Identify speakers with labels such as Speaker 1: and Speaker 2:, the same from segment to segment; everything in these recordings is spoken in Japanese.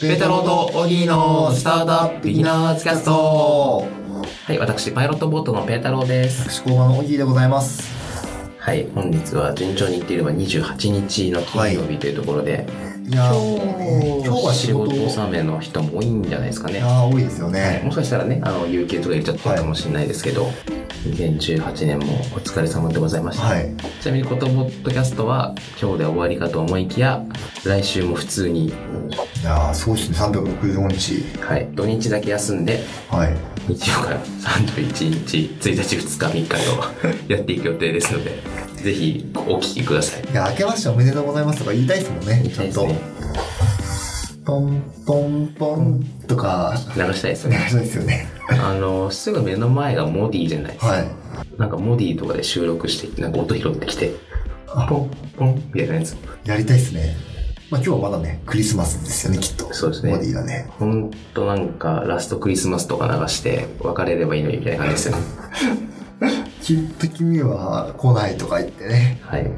Speaker 1: ペタローとオギーのスタートアップビギナーズキャスト
Speaker 2: はい、私、パイロットボートのペータローです。
Speaker 1: 私工場のオギーでございます
Speaker 2: はい、本日は順調にいっていれば28日の金曜日というところで、
Speaker 1: いやー
Speaker 2: 今
Speaker 1: 今日は仕事
Speaker 2: 仕事納めの人も多いんじゃないですか
Speaker 1: い
Speaker 2: ね。
Speaker 1: やー多いですよ
Speaker 2: はい、
Speaker 1: ね
Speaker 2: もしかしたらね、あの、有給とか入れちゃったかもしれないですけど、2018年もお疲れ様でございました。
Speaker 1: はい
Speaker 2: ちなみに、ことボッドキャストは今日で終わりかと思いきや、来週も普通に、
Speaker 1: いやーそうですね365日
Speaker 2: はい、土日だけ休んで、
Speaker 1: はい
Speaker 2: 日曜から31日1日2日3日とやっていく予定ですのでぜひお聞きください
Speaker 1: いやー明けましておめでとうございますとか言いたいですもんねちゃんと、ポンポンポンとか
Speaker 2: 流したいです
Speaker 1: 流
Speaker 2: ね
Speaker 1: したいですよね
Speaker 2: あのすぐ目の前がモディじゃないですか、
Speaker 1: はい
Speaker 2: なんかモディとかで収録してなんか音拾ってきて
Speaker 1: あ
Speaker 2: ポンポンみたいなやつ
Speaker 1: やりたいですねまあ今日はまだねクリスマスですよねきっと
Speaker 2: そうですね
Speaker 1: ボディだね
Speaker 2: ほんとなんかラストクリスマスとか流して別れればいいのにみたいな感じですよね
Speaker 1: きっと君は来ないとか言ってね
Speaker 2: はい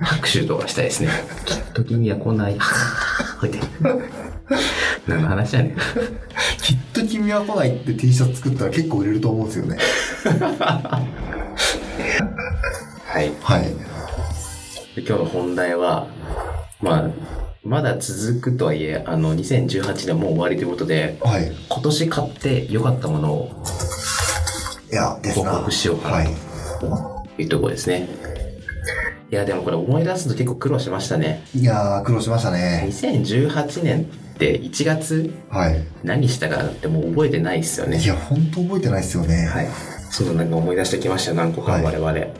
Speaker 2: 拍手とかしたいですねきっと君は来ないはぁみたいな何の話やねん
Speaker 1: きっと君は来ないって T シャツ作ったら結構売れると思うんですよね。
Speaker 2: はい
Speaker 1: はい。
Speaker 2: で今日の本題は、まあ、まだ続くとはいえ、あの、2018年もう終わりということで、
Speaker 1: はい。
Speaker 2: 今年買って良かったものを
Speaker 1: いや、です
Speaker 2: 報
Speaker 1: な。
Speaker 2: 告しようか
Speaker 1: は。
Speaker 2: ないというところですね。いや、でもこれ思い出すと結構苦労しましたね。
Speaker 1: いやー、苦労しましたね。
Speaker 2: 2018年って1月
Speaker 1: はい。
Speaker 2: 何したかってもう覚えてないですよね
Speaker 1: い。や、ほんと覚えてないですよね。
Speaker 2: はい。そう、なんか思い出してきました、何個か
Speaker 1: はい
Speaker 2: 我々。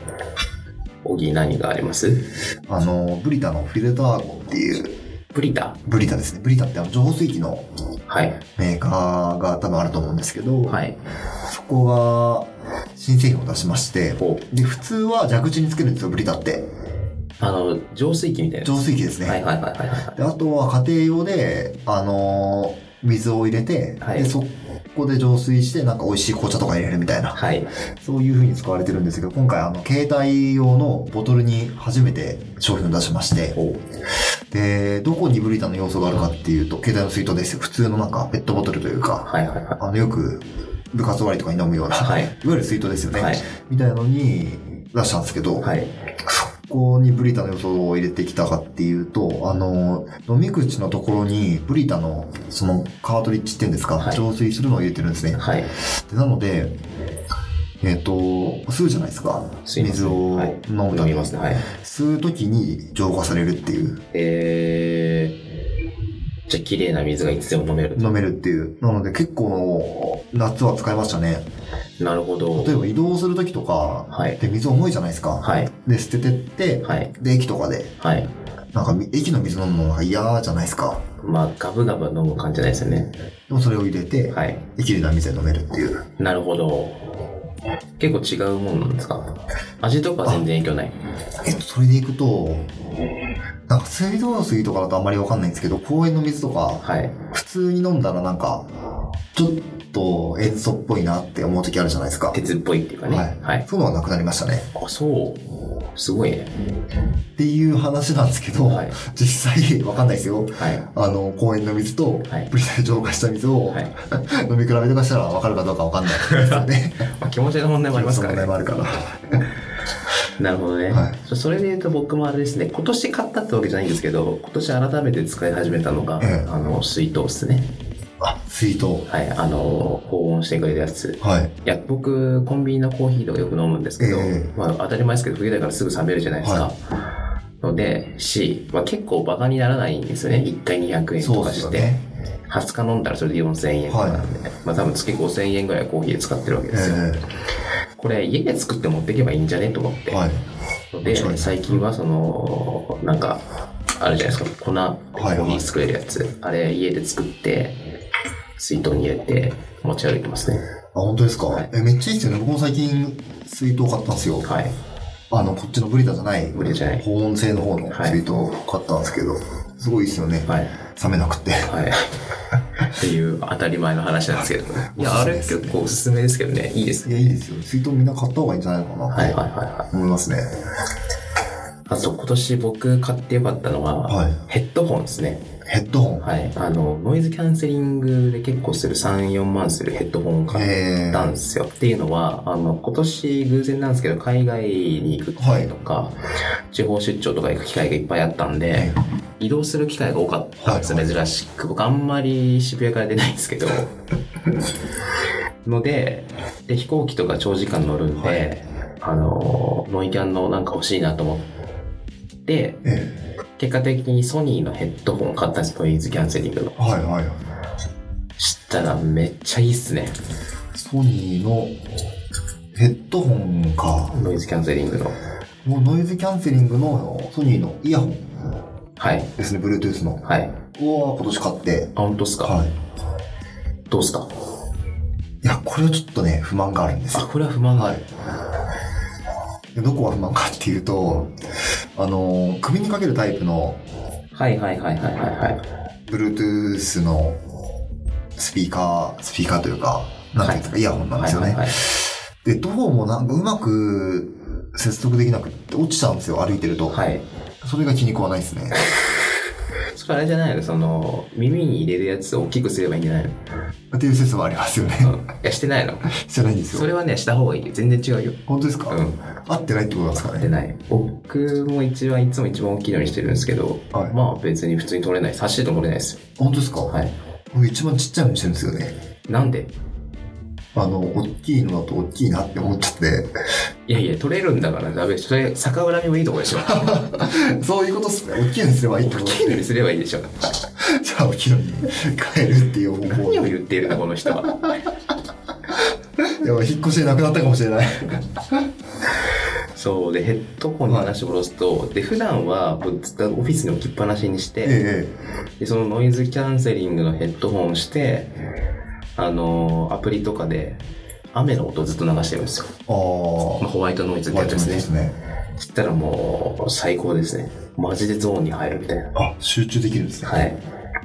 Speaker 2: 小木何があります
Speaker 1: あの、ブリタのフィルターゴっていう、
Speaker 2: ブリタ
Speaker 1: ブリタですね。ブリタってあの、情報水器の
Speaker 2: はい。
Speaker 1: メーカーが多分あると思うんですけど、
Speaker 2: はい。
Speaker 1: そこが新製品を出しまして、
Speaker 2: こ
Speaker 1: で、普通は蛇口につけるんですよ、ブリタって。
Speaker 2: う、あの、浄水器みたいな。
Speaker 1: 浄水器ですね。
Speaker 2: はいはいはいはいはい。
Speaker 1: であとは家庭用で、あのー水を入れて、
Speaker 2: はい
Speaker 1: でそこで浄水してなんか美味しい紅茶とか入れるみたいな
Speaker 2: はい。
Speaker 1: そういう風に使われてるんですけど今回あの携帯用のボトルに初めて商品を出しまして
Speaker 2: お
Speaker 1: でどこにブリタの要素があるかっていうと携帯の水筒ですよ普通のなんかペットボトルというか
Speaker 2: はいはいは
Speaker 1: あのよく部活終わりとかに飲むような、
Speaker 2: はい
Speaker 1: い、わゆる水筒ですよ
Speaker 2: い。
Speaker 1: ね、
Speaker 2: はい。
Speaker 1: みたいのに出したんですけど、
Speaker 2: はい。
Speaker 1: ここにブリタの予想を入れてきたかっていうと、あの、飲み口のところにブリタのそのカートリッジっていうんですか、
Speaker 2: はい
Speaker 1: 浄水するのを入れてるんですね。
Speaker 2: はい。
Speaker 1: でなので、えっ、と、吸うじゃないですか。
Speaker 2: すいませ
Speaker 1: 水
Speaker 2: ん
Speaker 1: を
Speaker 2: はい
Speaker 1: 飲む
Speaker 2: 飲
Speaker 1: ため
Speaker 2: み
Speaker 1: に、
Speaker 2: ますね。はい。
Speaker 1: 吸うときに浄化されるっていう、
Speaker 2: えー、じゃあ綺麗な水がいつでも飲める。
Speaker 1: 飲めるっていう。なので結構夏は使いましたね。
Speaker 2: なるほど
Speaker 1: 例。えば移動するときとか、
Speaker 2: はい
Speaker 1: で水重いじゃないですか。
Speaker 2: はい。
Speaker 1: で、捨ててって、
Speaker 2: はい。
Speaker 1: で、駅とかで、
Speaker 2: はい。
Speaker 1: なんかみ駅の水飲むのが嫌じゃないですか。
Speaker 2: まあ、ガブガブ飲む感じじゃないですよね。
Speaker 1: でもそれを入れて、
Speaker 2: はい。
Speaker 1: できるな水で飲めるっていう
Speaker 2: なるほど。結構違うもんなんですか味とか全然影響ない。
Speaker 1: えっとそれでいくとなんか水道水とかだとあんまりわかんないんですけど公園の水とか
Speaker 2: はい。
Speaker 1: 普通に飲んだらなんかちょっと塩素っぽいなって思う時あるじゃないですか
Speaker 2: 鉄っぽいっていうかね。
Speaker 1: はい
Speaker 2: はい。
Speaker 1: そういうのがなくなりましたね
Speaker 2: あ、そう。すごいね。
Speaker 1: っていう話なんですけど、
Speaker 2: はい
Speaker 1: 実際わかんないですよ
Speaker 2: はい。
Speaker 1: あの公園の水と
Speaker 2: はい
Speaker 1: プリタで浄化した水を、
Speaker 2: はい
Speaker 1: 飲み比べとかしたらわかるかどうかわかんないですよね
Speaker 2: まあ、気持ちの問題もありますからね
Speaker 1: その問題。もあるから
Speaker 2: なるほどね、
Speaker 1: はい
Speaker 2: そそれで言うと僕もあれですね今年買ったってわけじゃないんですけど今年改めて使い始めたのが、
Speaker 1: ええ
Speaker 2: あの水筒ですね
Speaker 1: あ水筒
Speaker 2: はいあの保温してくれるやつ
Speaker 1: はい
Speaker 2: いや僕コンビニのコーヒーとかよく飲むんですけど、
Speaker 1: ええ
Speaker 2: まあ、当たり前ですけど冬だからすぐ冷めるじゃないですか、
Speaker 1: は
Speaker 2: ので C、まあ、結構バカにならないんですよね1回200円と
Speaker 1: そう
Speaker 2: か
Speaker 1: です
Speaker 2: し
Speaker 1: よ
Speaker 2: て、
Speaker 1: ね
Speaker 2: 20日飲んだらそれで4000円とかなんで、まあ多分月5000円ぐらいはコーヒーで使ってるわけですよ、
Speaker 1: え
Speaker 2: これ家で作って持っていけばいいんじゃねと思って、
Speaker 1: えはい
Speaker 2: で
Speaker 1: 確かに
Speaker 2: 最近はそのなんかあるじゃないですか粉コ
Speaker 1: はい
Speaker 2: ーヒー作れるやつ、あれ家で作って水筒に入れて持ち歩いてますね
Speaker 1: あ、本当ですか、
Speaker 2: はい
Speaker 1: え、めっちゃいいですよね。僕も最近、水筒買ったんですよ。
Speaker 2: はい
Speaker 1: あの、こっちのブリタじゃない、
Speaker 2: ブリタじゃない
Speaker 1: 保温性の方の
Speaker 2: はい
Speaker 1: 水筒買ったんですけど、すごいいいですよね。
Speaker 2: はい
Speaker 1: 冷めなくて。
Speaker 2: はい っていう当たり前の話なんですけど いやあれ
Speaker 1: おすすめです
Speaker 2: 結構おすすめですけどねいいです
Speaker 1: い
Speaker 2: ね
Speaker 1: や、いいですよ。水筒みんな買った方がいいんじゃないのかな。
Speaker 2: はいはいはいは
Speaker 1: 思いますね。
Speaker 2: あと今年僕買ってよかったのは、
Speaker 1: はい。
Speaker 2: ヘッドホンですね。
Speaker 1: ヘッドホン。
Speaker 2: はい。あの、ノイズキャンセリングで結構する3、4万するヘッドホンを買っ
Speaker 1: え
Speaker 2: たんですよ。っていうのは、あの、今年偶然なんですけど、海外に行く機会とか、地方出張とか行く機会がいっぱいあったんで、
Speaker 1: え
Speaker 2: 移動する機会が多かったんですよ、
Speaker 1: はい
Speaker 2: 珍しく。僕あんまり渋谷から出ないんですけど。のでで、飛行機とか長時間乗るんで、
Speaker 1: はい
Speaker 2: あの、ノイキャンのなんか欲しいなと思って、
Speaker 1: え
Speaker 2: 結果的にソニーのヘッドホンを買ったんです、ノイズキャンセリングの。
Speaker 1: はいはい。
Speaker 2: したらめっちゃいいっすね、
Speaker 1: ソニーのヘッドホンか。
Speaker 2: ノイズキャンセリングの。
Speaker 1: もうノイズキャンセリングのソニーのイヤホン
Speaker 2: はい。
Speaker 1: ですね、Bluetooth の。
Speaker 2: はい。
Speaker 1: を今年買って。
Speaker 2: あ、本当っすか、
Speaker 1: はい。
Speaker 2: どうっすか
Speaker 1: いや、これはちょっとね、不満があるんです
Speaker 2: あ、
Speaker 1: よ。
Speaker 2: これは不満がある。
Speaker 1: でどこが不満かっていうと、あの、首にかけるタイプの
Speaker 2: はいはいはいはいはいはい。
Speaker 1: Bluetooth のスピーカー、スピーカーというか、なんていうんですか、イヤホンなんですよね。
Speaker 2: はいはいはい
Speaker 1: で、どうもなんかうまく接続できなくって落ちちゃうんですよ、歩いてると。
Speaker 2: はい。
Speaker 1: それが気に食わないですね。
Speaker 2: それあれじゃないのその、耳に入れるやつを大きくすればいいんじゃ ないの
Speaker 1: っていう説もありますよね。
Speaker 2: うん。いや、してないの。
Speaker 1: してないんです
Speaker 2: そ
Speaker 1: よ。
Speaker 2: れはね、した方がいい。全然違うよ。
Speaker 1: 本当ですか、
Speaker 2: うん。
Speaker 1: 合ってないってことなんですか
Speaker 2: して
Speaker 1: ね。
Speaker 2: ない。僕も一番、いつも一番大きいのにしてるんですけど、
Speaker 1: はい
Speaker 2: まあ別に普通に取れない。差しでも取れないですよ。
Speaker 1: 本当ですか、
Speaker 2: はい。
Speaker 1: 僕一番ちっちゃいのにしてるんですよね。
Speaker 2: なんで
Speaker 1: あの、大きいのだと大きいなって思っちゃって。
Speaker 2: いやいや、取れるんだからダメでしょ。それ、逆恨みもいいとこでしょ。
Speaker 1: そういうことっすね。大きいのにすればいいってこ
Speaker 2: 大
Speaker 1: と
Speaker 2: きいのにすればいいでしょ。
Speaker 1: じゃあ大きいのに変えるっていう方法。
Speaker 2: 何を言っているの、この人は。
Speaker 1: やばい、引っ越しでなくなったかもしれない。
Speaker 2: そう、で、ヘッドホンの話を戻すと、で、普段は、ぶっつオフィスに置きっぱなしにして、
Speaker 1: え
Speaker 2: でそのノイズキャンセリングのヘッドホンをしてあのアプリとかで雨の音をずっと流してるんですよ
Speaker 1: え。ああ。ホ
Speaker 2: ホワイトノイズってやつですね
Speaker 1: ね。
Speaker 2: そしたらもう最高ですねマジでゾーンに入るみたいな
Speaker 1: あ、集中できるんですね。
Speaker 2: はい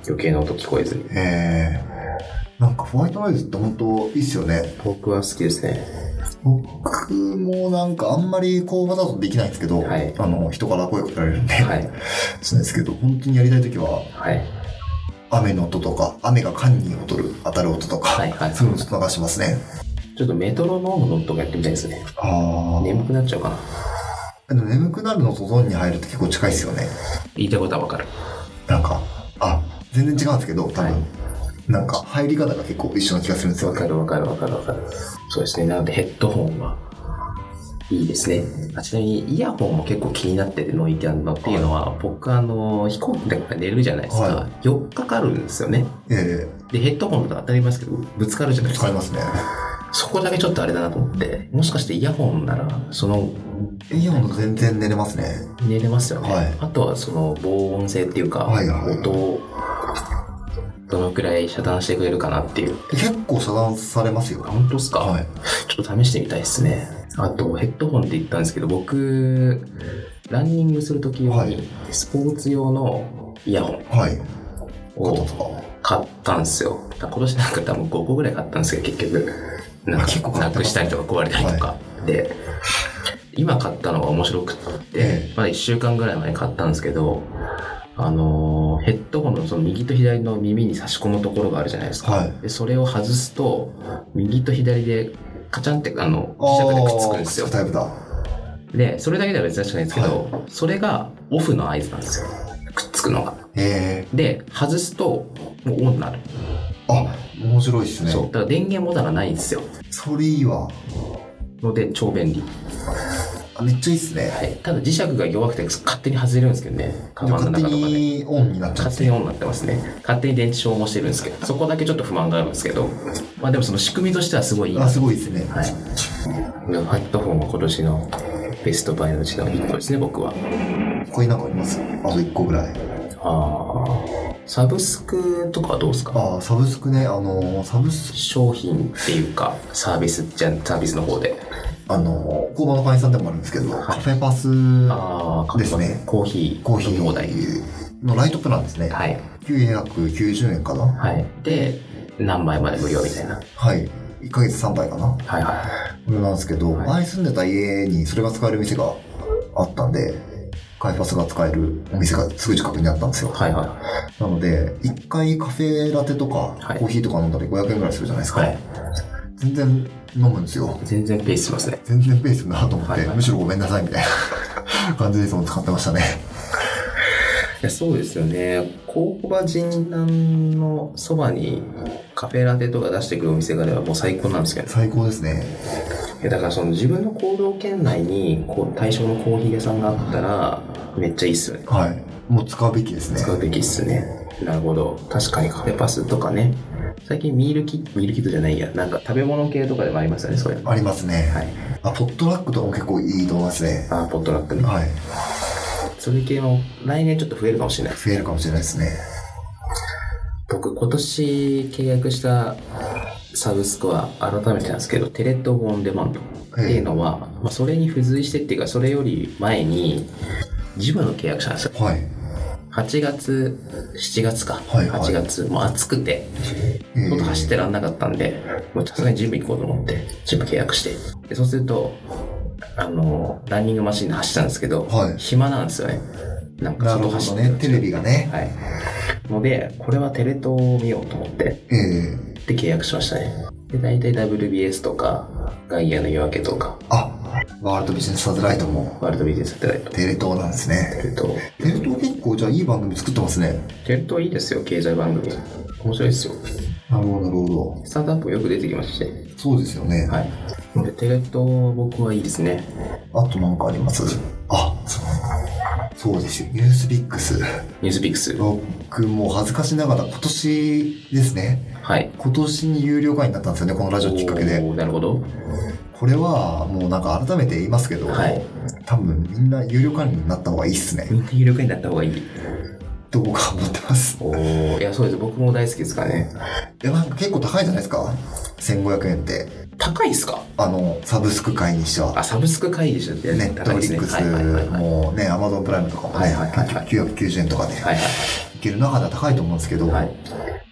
Speaker 2: 余計な音聞こえずに
Speaker 1: えー、なんかホワイトノイズって本当いいっすよね。
Speaker 2: 僕は好きですね
Speaker 1: 僕もなんかあんまり工場だとできないんですけど、
Speaker 2: はい
Speaker 1: あの、人から声かけられるんで、
Speaker 2: はい
Speaker 1: そうですけど、本当にやりたいときは、
Speaker 2: はい
Speaker 1: 雨の音とか、雨が缶に音る、当たる音とか、
Speaker 2: はいはい
Speaker 1: そういうのちょっと流しますね。
Speaker 2: ちょっとメトロノームの音とかやってみたいですね
Speaker 1: あ
Speaker 2: 眠くなっちゃうかな
Speaker 1: あ。でも眠くなるのとゾーンに入ると結構近いですよね。
Speaker 2: 言いたいことはわかる
Speaker 1: なんか、あ、全然違うんですけど、多分、
Speaker 2: はい
Speaker 1: なんか入り方が結構一緒な気がするんですよ
Speaker 2: わ
Speaker 1: ね。
Speaker 2: かるわかるわかるわかるそうですねなのでヘッドホンはいいですねあちなみにイヤホンも結構気になっててノイキャンのっていうのは、僕あの飛行機だから寝るじゃないですか、
Speaker 1: は
Speaker 2: 4日かかるんですよね
Speaker 1: え
Speaker 2: でヘッドホンだと当たり前ですけどぶつかるじゃない
Speaker 1: え
Speaker 2: です
Speaker 1: 使い
Speaker 2: か
Speaker 1: ますね。
Speaker 2: そこだけちょっとあれだなと思ってもしかしてイヤホンならその
Speaker 1: イオンの全然寝れますね。
Speaker 2: 寝れますよね、
Speaker 1: はい
Speaker 2: あとはその防音性っていうか、
Speaker 1: はいはいはい
Speaker 2: 音をどのくらい遮断してくれるかなっていう
Speaker 1: 結構遮断されますよ。
Speaker 2: 本当っすか、
Speaker 1: はい。
Speaker 2: ちょっと試してみたいですね。あと、ヘッドホンって言ったんですけど、僕、ランニングするとき用
Speaker 1: はい
Speaker 2: に、スポーツ用のイヤホン
Speaker 1: はい。
Speaker 2: を
Speaker 1: とか。
Speaker 2: 買ったんですよ。今年なんか多分5個ぐらい買ったんですけど、結局。なん
Speaker 1: あ結構
Speaker 2: か、
Speaker 1: 買
Speaker 2: な
Speaker 1: ってますね
Speaker 2: くしたりとか壊れたりとか。で、今買ったのが面白くって、
Speaker 1: ええ
Speaker 2: まだ1週間ぐらい前に買ったんですけど、あのーヘッドホンのその右と左の耳に差し込むところがあるじゃないですか。
Speaker 1: はい。
Speaker 2: でそれを外すと右と左でカチャンってあの磁石でくっつくんですよ
Speaker 1: タイプだ。
Speaker 2: でそれだけでは珍しくないんですけど、それがオフの合図なんですよくっつくのが
Speaker 1: え
Speaker 2: で外すともうオンになる、
Speaker 1: えあ、面白いですね。
Speaker 2: そうだから電源ボタンがないんですよ
Speaker 1: それいいわ。
Speaker 2: ので超便利、
Speaker 1: あめっちゃいいっすね。
Speaker 2: はい、ただ磁石が弱くて勝手に外れるんですけどねカバンの
Speaker 1: 勝手
Speaker 2: 中とかで、
Speaker 1: にオンになっちゃっ
Speaker 2: 勝手
Speaker 1: て。
Speaker 2: にオンになってますね勝手に電池消耗してるんですけどそこだけちょっと不満があるんですけどまあでもその仕組みとしてはすごいいいな
Speaker 1: あ、すごいですね。
Speaker 2: はい。ハットフォンは今年のベストバイのうちの1個ですね、僕は。
Speaker 1: 他になんかありますあと1個ぐらい。
Speaker 2: ああ。サブスクとかはどうですか
Speaker 1: あ、サブスクね、あの、サブスク、
Speaker 2: 商品っていうか、サービスじゃん、サービスの方で。
Speaker 1: あの、工場の会員さんでもあるんですけど、カフェパス
Speaker 2: ああ、
Speaker 1: ですね
Speaker 2: コーヒー。
Speaker 1: コーヒ
Speaker 2: 飲み放題。
Speaker 1: ーのライトプランですね。
Speaker 2: はい。
Speaker 1: 990円かな。
Speaker 2: はい。で、何枚まで無料みたいな。
Speaker 1: はい。1ヶ月3杯かな。
Speaker 2: はいは
Speaker 1: これなんですけど、
Speaker 2: はい
Speaker 1: 前住んでた家にそれが使える店があったんで、カイパスが使えるお店がすぐ近くにあったんですよ。
Speaker 2: はいは
Speaker 1: なので、一回カフェラテとか、
Speaker 2: はい
Speaker 1: コーヒーとか飲んだら500円ぐらいするじゃないですか。
Speaker 2: はい
Speaker 1: 全然飲むんですよ。
Speaker 2: い。全然ペースしますね。
Speaker 1: 全然ペースだなと思って、
Speaker 2: はいはい
Speaker 1: むしろごめんなさいみたいな 感じでいつも使ってましたね。
Speaker 2: いやそうですよね。工場神南のそばにカフェラテとか出してくるお店があればもう最高なんですけど、ね、
Speaker 1: 最高ですね。
Speaker 2: いやだからその自分の行動圏内にこう対象のコーヒー屋さんがあったらめっちゃいいっすよね。
Speaker 1: はい。もう使うべきですね。
Speaker 2: 使うべきっすね。なるほど。確かにカフェパスとかね。最近ミールキット、ミールキットじゃないや。なんか食べ物系とかでもありますよね、そういうの。
Speaker 1: ありますね。
Speaker 2: はい。
Speaker 1: あ、ポットラックとかも結構いいと思いますね。
Speaker 2: あー、ポットラックね。
Speaker 1: はい。
Speaker 2: それ系も来年ちょっと増えるかもしれない。
Speaker 1: 増えるかもしれないですね。
Speaker 2: 僕今年契約したサブスクは改めてなんですけどテレ東オンデマンドっていうのは、まあ、それに付随してっていうかそれより前にジムの契約したんですよ
Speaker 1: はい。
Speaker 2: 8月7月か、
Speaker 1: はいはい
Speaker 2: 8月もう暑くて
Speaker 1: えー
Speaker 2: ちょっと走ってらんなかったんでもうさすがにジム行こうと思ってジム契約してでそうするとあのランニングマシンで走ったんですけど、
Speaker 1: はい
Speaker 2: 暇なんですよねなんか
Speaker 1: なる
Speaker 2: 外
Speaker 1: ほど
Speaker 2: 走ってる
Speaker 1: ね。テレビがね。
Speaker 2: はいのでこれはテレ東を見ようと思って
Speaker 1: ええー。
Speaker 2: で契約しましたね。で、大体 WBS とか、ガイアの夜明けとか、
Speaker 1: あ、ワールドビジネスサテライトも
Speaker 2: ワールドビジネスサテライト。
Speaker 1: テレ東なんですね。
Speaker 2: テレ東。
Speaker 1: テレ東結構じゃあいい番組作ってますね。
Speaker 2: テレ東いいですよ、経済番組。面白いですよ。
Speaker 1: なるほど、なるほど。
Speaker 2: スタートアップもよく出てきましたし。
Speaker 1: そうですよね。
Speaker 2: はい。ので、テレ東は僕はいいですね。
Speaker 1: あとなんかありますあ、そうそうですよ。ニュースビックス。
Speaker 2: ニュースピックス。
Speaker 1: 僕も恥ずかしながら今年ですね。
Speaker 2: はい。
Speaker 1: 今年に有料会員になったんですよね、このラジオきっかけで。
Speaker 2: おーなるほど。
Speaker 1: これはもうなんか改めて言いますけど、
Speaker 2: はい。
Speaker 1: 多分みんな有料会員になった方がいいっすね。
Speaker 2: みんな有力になった方がいい。
Speaker 1: と僕は思ってます。
Speaker 2: おーいや、そうです。僕も大好きですからね。
Speaker 1: いや、なんか結構高いじゃないですか。1500円って。
Speaker 2: 高いっすか
Speaker 1: あの、サブスク会にしては。
Speaker 2: あ、サブスク会議でしょ
Speaker 1: ネット
Speaker 2: 高い
Speaker 1: フ
Speaker 2: で
Speaker 1: リ
Speaker 2: すね。
Speaker 1: ックス
Speaker 2: はいはいはいはい。はい
Speaker 1: もね、アマゾンプライムとかもね、
Speaker 2: はいはいはいはい
Speaker 1: 990円とかで
Speaker 2: はい
Speaker 1: いける中では高いと思うんですけど、
Speaker 2: はい。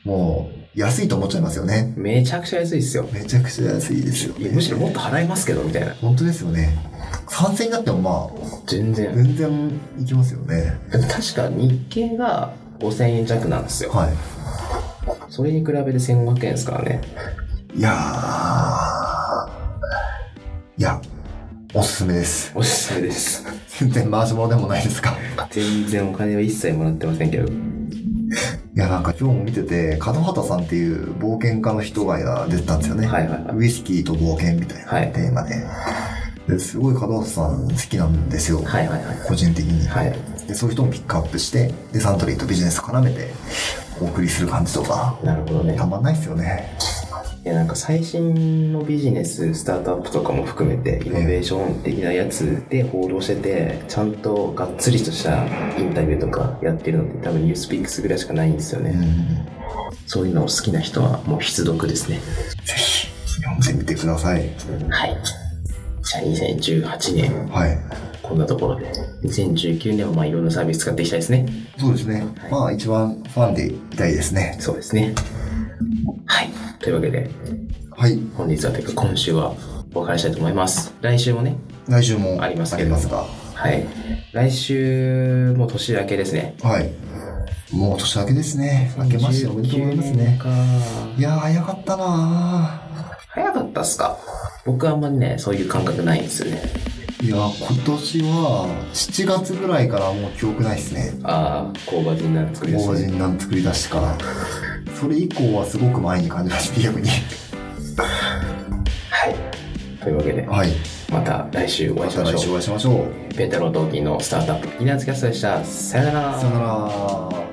Speaker 1: もう安いと思っちゃいますよね。
Speaker 2: めちゃくちゃ安いっすよ。
Speaker 1: めちゃくちゃ安いですよ、
Speaker 2: い
Speaker 1: ね。
Speaker 2: やむしろもっと払いますけどみたいな
Speaker 1: 本当ですよね。賛成になってもま
Speaker 2: 全
Speaker 1: あ、
Speaker 2: 然
Speaker 1: 全然いきますよね。
Speaker 2: 確か日経が5000円弱なんですよ
Speaker 1: は
Speaker 2: それに比べて1500円ですからね
Speaker 1: い。いやー、いや、おすすめです。
Speaker 2: おすすめです
Speaker 1: 全然回し物でもないですか。
Speaker 2: 全然お金は一切もらってませんけど
Speaker 1: いや、なんか今日も見てて、角畑さんっていう冒険家の人が出てたんですよね。
Speaker 2: はいはいはい
Speaker 1: ウイスキーと冒険みたい
Speaker 2: は
Speaker 1: ないテーマで。ですごい角畑さん好きなんですよ。
Speaker 2: はいはいはい
Speaker 1: 個人的に。
Speaker 2: はい
Speaker 1: でそういう人もピックアップしてでサントリーとビジネス絡めてお送りする感じとか
Speaker 2: なるほどね
Speaker 1: たまんないっすよね
Speaker 2: いやなんか最新のビジネススタートアップとかも含めてイノベーション的なやつで報道しててちゃんとがっつりとしたインタビューとかやってるのって多分ニュースピックスぐらいしかないんですよ
Speaker 1: う
Speaker 2: ね、
Speaker 1: ん
Speaker 2: そういうのを好きな人はもう必読ですね
Speaker 1: ぜひ読んでみてください
Speaker 2: はい。じゃあ2018年、
Speaker 1: はい
Speaker 2: こんなところで。2019年もまあいろんなサービス使っていきたいですね。
Speaker 1: そうですね、
Speaker 2: はい
Speaker 1: まあ一番ファンでいたいですね
Speaker 2: そうですね。はい。というわけで、
Speaker 1: はい
Speaker 2: 本日はというか今週はお別れしたいと思います。来週もね、
Speaker 1: 来週も
Speaker 2: あります
Speaker 1: あ
Speaker 2: け
Speaker 1: り
Speaker 2: ど
Speaker 1: ますが
Speaker 2: はい。来週も年明けですね。
Speaker 1: はいもう年明けですね明けましておめでとうございます
Speaker 2: 2019年
Speaker 1: ね
Speaker 2: か
Speaker 1: いやー早かったな
Speaker 2: 早かったっすか僕はあんまりね、そういう感覚ないんですよね。
Speaker 1: ーいやー今年は7月ぐらいからもう記憶ないっすね
Speaker 2: ああ、工場人なん作りです
Speaker 1: 大
Speaker 2: ね。
Speaker 1: 人なん作り出してからそれ以降はすごく前に感じました逆に
Speaker 2: はい。というわけで、
Speaker 1: はい
Speaker 2: また来週お
Speaker 1: ま
Speaker 2: 会いしま
Speaker 1: た
Speaker 2: しょ
Speaker 1: 来
Speaker 2: う
Speaker 1: 週。お会いしましょう
Speaker 2: ペテロ同期のスタートアップ、イナズキャストでした。さよなら。
Speaker 1: さよなら